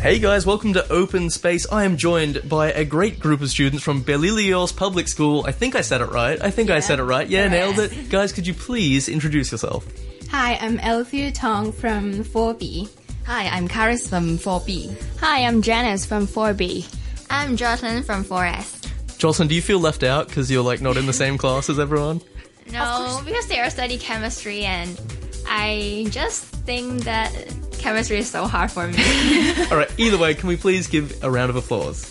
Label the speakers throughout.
Speaker 1: Hey guys, welcome to Open Space. I am joined by a great group of students from Belilios Public School. I think I said it right. I think I
Speaker 2: Yeah.
Speaker 1: said it right. Yeah, nailed
Speaker 2: Yes.
Speaker 1: it. Guys, could you please introduce yourself?
Speaker 2: Hi, I'm Althea Tong from 4B.
Speaker 3: Hi, I'm Karis from 4B.
Speaker 4: Hi, I'm Janice from 4B.
Speaker 5: I'm Jocelyn from 4S.
Speaker 1: Jocelyn, do you feel left out because you're like not in the same class as everyone?
Speaker 5: No, because they are study chemistry, and I just think that chemistry is so hard for me.
Speaker 1: All right, either way, can we please give a round of applause?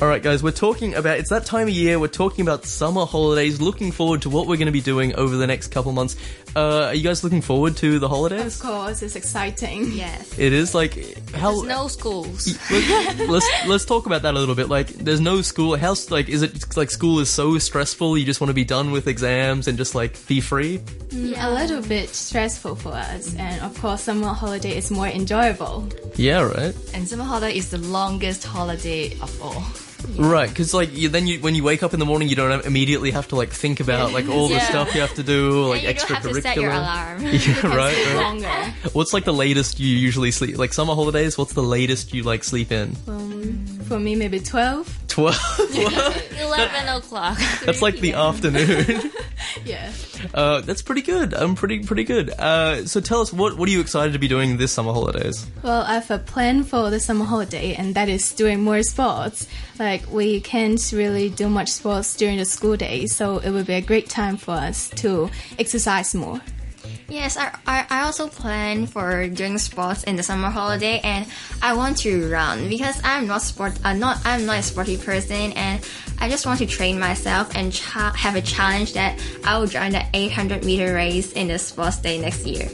Speaker 1: All right, guys, we're talking about it's that time of year. We're talking about summer holidays. Looking forward to what we're going to be doing over the next couple months. Uh, are you guys looking forward to the holidays?
Speaker 2: Of course, it's exciting.
Speaker 5: yes.
Speaker 1: It is like how
Speaker 3: No schools.
Speaker 1: Let- let's let's talk about that a little bit. Like, there's no school. How's like, is it like school is so stressful? You just want to be done with exams and just like be free.
Speaker 2: A little bit stressful for us, and of course, summer holiday is more enjoyable.
Speaker 1: Yeah, right,
Speaker 3: And summer holiday is the longest holiday of all.
Speaker 1: right. Because like, you, then you when you wake up in the morning, you don't have, immediately have to like think about like all the
Speaker 2: Yeah.
Speaker 1: stuff you have to do, like
Speaker 5: and you don't have to set your
Speaker 1: extracurricular.
Speaker 5: alarm.
Speaker 1: Yeah, right, right.
Speaker 2: Longer.
Speaker 1: What's like the latest you usually sleep? Like summer holidays, what's the latest you like sleep in?
Speaker 2: For me, maybe 12.
Speaker 1: Twelve.
Speaker 5: 11 o'clock.
Speaker 1: That's like the afternoon.
Speaker 2: Yeah.
Speaker 1: Uh, that's pretty good. I'm pretty pretty good. Uh, so tell us what what are you excited to be doing this summer holidays?
Speaker 2: Well, I have a plan for the summer holiday, and that is doing more sports. Like, we can't really do much sports during the school day, so it will be a great time for us to exercise more.
Speaker 5: Yes, I, I, I also plan for doing sports in the summer holiday, and I want to run because I'm not sport. Uh, not I'm not a sporty person, and I just want to train myself and cha- have a challenge that I will join the 800 meter race in the sports day next year.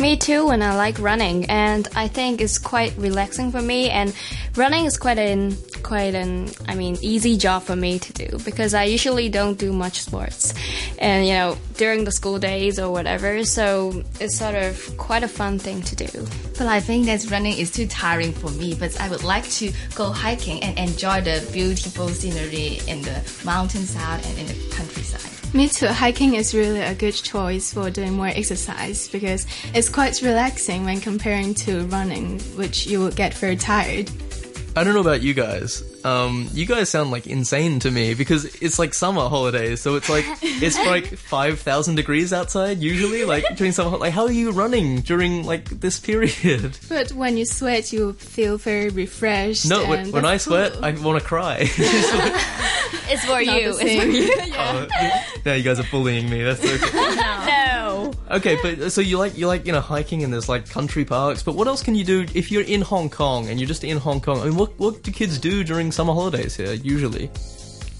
Speaker 4: Me too, and I like running, and I think it's quite relaxing for me. And running is quite an quite an I mean easy job for me to do because I usually don't do much sports, and you know during the school days or whatever. So it's sort of quite a fun thing to do.
Speaker 3: But I think that running is too tiring for me, but I would like to go hiking and enjoy the beautiful scenery in the mountainside and in the countryside.
Speaker 2: Me too. Hiking is really a good choice for doing more exercise because it's quite relaxing when comparing to running, which you will get very tired.
Speaker 1: I don't know about you guys. Um, you guys sound like insane to me because it's like summer holidays, so it's like it's like five thousand degrees outside usually. Like during summer, like how are you running during like this period?
Speaker 2: But when you sweat, you feel very refreshed.
Speaker 1: No, when,
Speaker 2: and
Speaker 1: when I
Speaker 2: that's
Speaker 1: sweat,
Speaker 2: cool.
Speaker 1: I want to cry.
Speaker 3: It's for
Speaker 2: Not the same.
Speaker 1: Oh, now you guys are bullying me. That's okay.
Speaker 4: No.
Speaker 1: Okay, but so you like you like you know hiking and there's like country parks, but what else can you do if you're in Hong Kong and you're just in Hong Kong? I mean, what what do kids do during summer holidays here usually?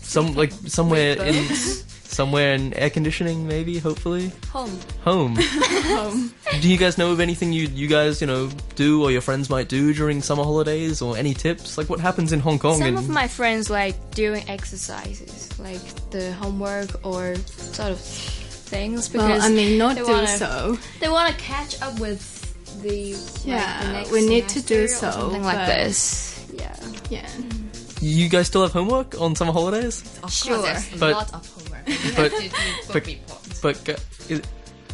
Speaker 1: Some like somewhere in somewhere in air conditioning, maybe hopefully
Speaker 5: Home.
Speaker 1: home.
Speaker 2: Home.
Speaker 1: do you guys know of anything you you guys you know do or your friends might do during summer holidays or any tips? Like what happens in Hong Kong?
Speaker 4: Some
Speaker 1: and
Speaker 4: of my friends like doing exercises, like the homework or sort of things. Because
Speaker 2: well, I mean, not
Speaker 4: they
Speaker 2: do
Speaker 4: wanna-
Speaker 2: so.
Speaker 4: They want to catch up with the
Speaker 2: Yeah,
Speaker 4: next
Speaker 2: we need to do
Speaker 4: semester
Speaker 2: so.
Speaker 4: or something like
Speaker 2: but-
Speaker 4: this. Yeah.
Speaker 2: Yeah.
Speaker 1: you guys still have homework on summer holidays?
Speaker 3: Of
Speaker 5: Sure.
Speaker 3: course, there's a
Speaker 1: But-
Speaker 3: lot of homework. We have
Speaker 1: but-
Speaker 3: to do book
Speaker 1: but-
Speaker 3: reports.
Speaker 1: But g- it,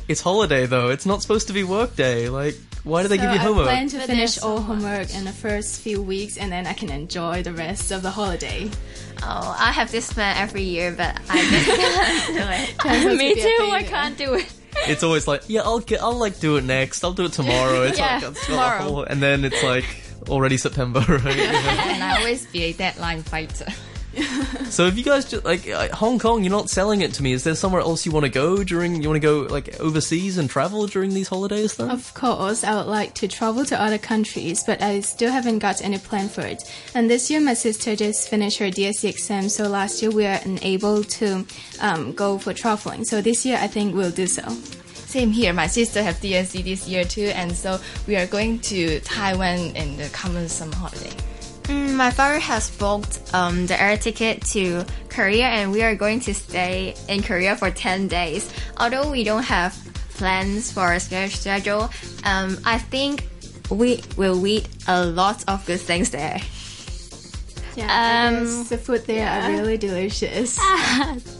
Speaker 1: it's holiday though. It's not supposed to be work day. Like why do they
Speaker 2: so
Speaker 1: give you homework?
Speaker 2: I plan to
Speaker 3: But
Speaker 2: finish
Speaker 3: there's so
Speaker 2: all homework in the first few weeks, and then I can enjoy the rest of the holiday.
Speaker 5: Oh, I have this plan every year, but I just do it.
Speaker 4: Me
Speaker 2: be a
Speaker 4: too. I
Speaker 2: failure.
Speaker 4: can't do it.
Speaker 1: it's always like, yeah, I'll get, I'll like do it next. I'll do it tomorrow. It's
Speaker 4: Yeah,
Speaker 1: like, it's
Speaker 4: tomorrow.
Speaker 1: awful. And then it's like already September, right? Yeah.
Speaker 3: and I always be a deadline fighter.
Speaker 1: so if you guys just like uh, Hong Kong, you're not selling it to me. Is there somewhere else you want to go during? You want to go like overseas and travel during these holidays? Then
Speaker 2: Of course, I would like to travel to other countries, but I still haven't got any plan for it. And this year, my sister just finished her DSE exam, so last year we are unable to um, go for traveling. So this year, I think we'll do so.
Speaker 3: Same here. My sister have DSC this year too, and so we are going to Taiwan in the coming summer holiday.
Speaker 5: Mm, My father has booked um, the air ticket to Korea, and we are going to stay in Korea for 10 days. Although we don't have plans for a schedule- schedule, um, I think we will eat a lot of good things there.
Speaker 2: Yeah,
Speaker 5: Um,
Speaker 2: the food there are really delicious.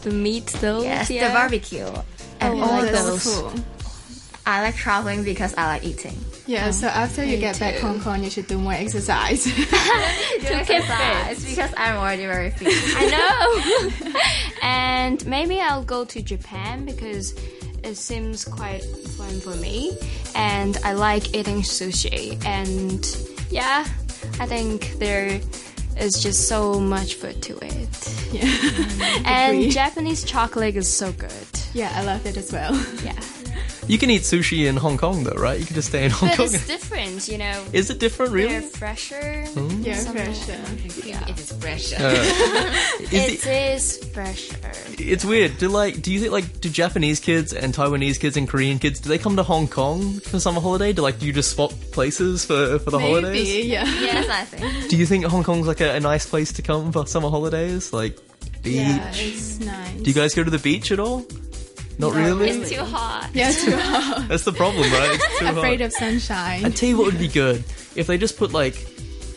Speaker 4: The meat though.
Speaker 5: Yes,
Speaker 4: yeah.
Speaker 5: the barbecue. And
Speaker 4: Oh,
Speaker 5: all
Speaker 4: like
Speaker 2: that's
Speaker 5: those.
Speaker 2: cool.
Speaker 5: I like traveling because I like eating.
Speaker 2: Yeah, so after you get back Hong Kong, you should do more exercise.
Speaker 5: exercise because I'm already very fit.
Speaker 4: I know. and maybe I'll go to Japan because it seems quite fun for me, and I like eating sushi. And yeah, I think there is just so much food to it.
Speaker 2: yeah.
Speaker 4: And
Speaker 2: Agree.
Speaker 4: Japanese chocolate is so good.
Speaker 2: yeah, I love it as well.
Speaker 4: Yeah,
Speaker 1: You can eat sushi in Hong Kong though, right? You can just stay in Hong
Speaker 4: but
Speaker 1: Kong.
Speaker 4: it's different, you know.
Speaker 1: Is it different,
Speaker 4: They're
Speaker 1: really? Oh.
Speaker 4: fresher.
Speaker 2: Yeah,
Speaker 4: Something like
Speaker 2: fresh.
Speaker 3: Yeah. It is pressure.
Speaker 1: Is
Speaker 4: It
Speaker 1: it,
Speaker 4: is fresher.
Speaker 1: it's weird. Do like do you think like do Japanese kids and Taiwanese kids and Korean kids do they come to Hong Kong for summer holiday? Do like do you just swap places for for the holidays?
Speaker 2: Maybe, yeah.
Speaker 5: yes, I think.
Speaker 1: Do you think Hong Kong's like a, a nice place to come for summer holidays? Like beach.
Speaker 2: Yeah, it's nice.
Speaker 1: Do you guys go to the beach at all? Not really.
Speaker 4: It's too hot.
Speaker 2: yeah, too hot.
Speaker 1: That's the problem, right? It's too hot.
Speaker 2: Afraid of sunshine.
Speaker 1: I tell you what would be good if they just put like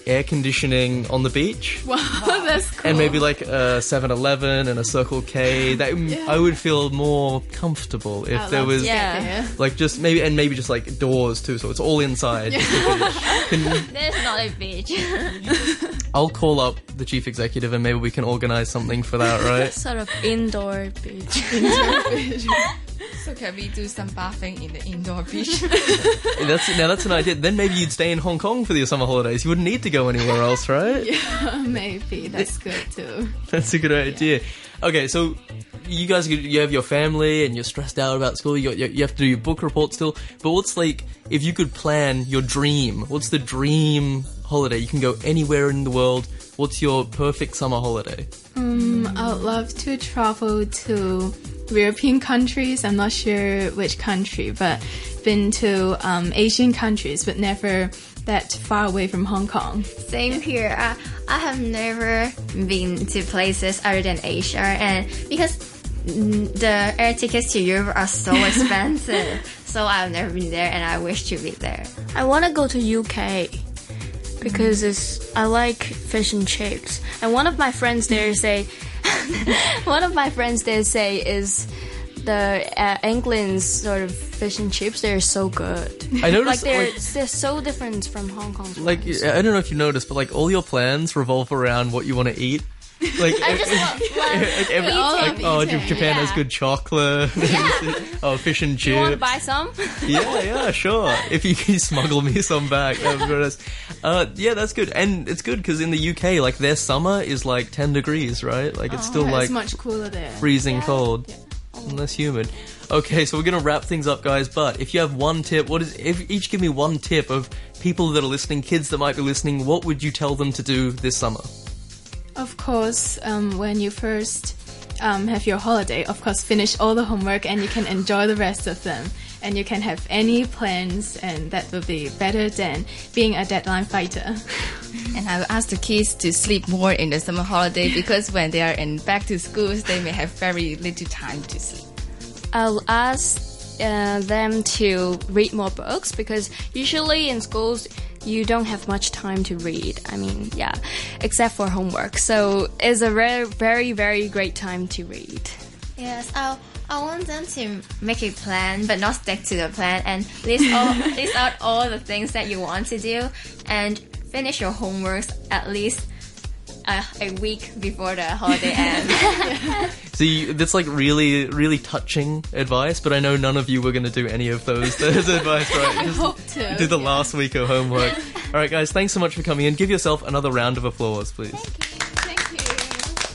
Speaker 1: air conditioning on the beach
Speaker 2: Wow, that's cool.
Speaker 1: and maybe like a 7-Eleven and a Circle K. That I would feel more comfortable if
Speaker 2: I'd
Speaker 1: there
Speaker 2: love
Speaker 1: was
Speaker 2: to get
Speaker 4: Yeah.
Speaker 2: there.
Speaker 1: like just maybe and maybe just like doors too, so it's all inside.
Speaker 4: There's not a beach.
Speaker 1: I'll call up the chief executive and maybe we can organize something for that, right?
Speaker 4: sort of indoor beach.
Speaker 3: So can we do some bathing in the indoor beach?
Speaker 1: that's now that's an idea. Then maybe you'd stay in Hong Kong for your summer holidays. You wouldn't need to go anywhere else, right?
Speaker 2: Maybe that's good too.
Speaker 1: That's a good idea. Okay, so you guys, you have your family and you're stressed out about school. You, got, you have to do your book report still. But what's like if you could plan your dream? What's the dream holiday? You can go anywhere in the world. What's your perfect summer holiday?
Speaker 2: Um, I would love to travel to European countries. I'm not sure which country, but been to um, Asian countries, but never that far away from Hong Kong.
Speaker 5: Same here. I, I have never been to places other than Asia, and because mm, the air tickets to Europe are so expensive, so I've never been there, and I wish to be there.
Speaker 4: I want to go to UK because it's I like fish and chips. And one of my friends there say, one of my friends there say is the uh, England's sort of fish and chips. They're so good.
Speaker 1: I
Speaker 4: like
Speaker 1: noticed
Speaker 4: they're
Speaker 1: like.
Speaker 4: they're so different from Hong Kong's.
Speaker 1: Like
Speaker 4: ones.
Speaker 1: I don't know if you noticed, but like all your plans revolve around what you want to eat. Like,
Speaker 4: I just want, like,
Speaker 1: like, every-
Speaker 4: all
Speaker 1: like,
Speaker 2: of
Speaker 1: oh,
Speaker 2: eating,
Speaker 1: Japan has
Speaker 4: yeah.
Speaker 1: good chocolate. oh, fish and
Speaker 4: you want to
Speaker 1: chips.
Speaker 4: buy some?
Speaker 1: yeah, yeah, sure. If you can smuggle me some back, that would be nice. Uh, yeah, that's good, and it's good because in the UK, like their summer is like ten degrees, right? Like it's still like
Speaker 2: it's much cooler there.
Speaker 1: freezing cold, and less humid. Okay, so we're gonna wrap things up, guys. But if you have one tip, what is? If each give me one tip of people that are listening, kids that might be listening, what would you tell them to do this summer?
Speaker 2: Of course, um, when you first um, have your holiday, of course, finish all the homework and you can enjoy the rest of them. And you can have any plans, and that will be better than being a deadline fighter.
Speaker 3: And I will ask the kids to sleep more in the summer holiday because when they are in back to schools, they may have very little time to sleep.
Speaker 4: I'll ask uh, them to read more books because usually in schools you don't have much time to read. I mean, yeah, except for homework. So it's a very, very, very great time to read.
Speaker 5: Yes, I I want them to make a plan, but not stick to the plan, and list all list out all the things that you want to do, and finish your homeworks at least a, a week before the holiday ends.
Speaker 1: See, that's like really, really touching advice. But I know none of you were gonna do any of those. Those advice, right? Just-
Speaker 2: Hope to.
Speaker 1: did the last week of homework. All right, guys, thanks so much for coming in. Give yourself another round of applause, please.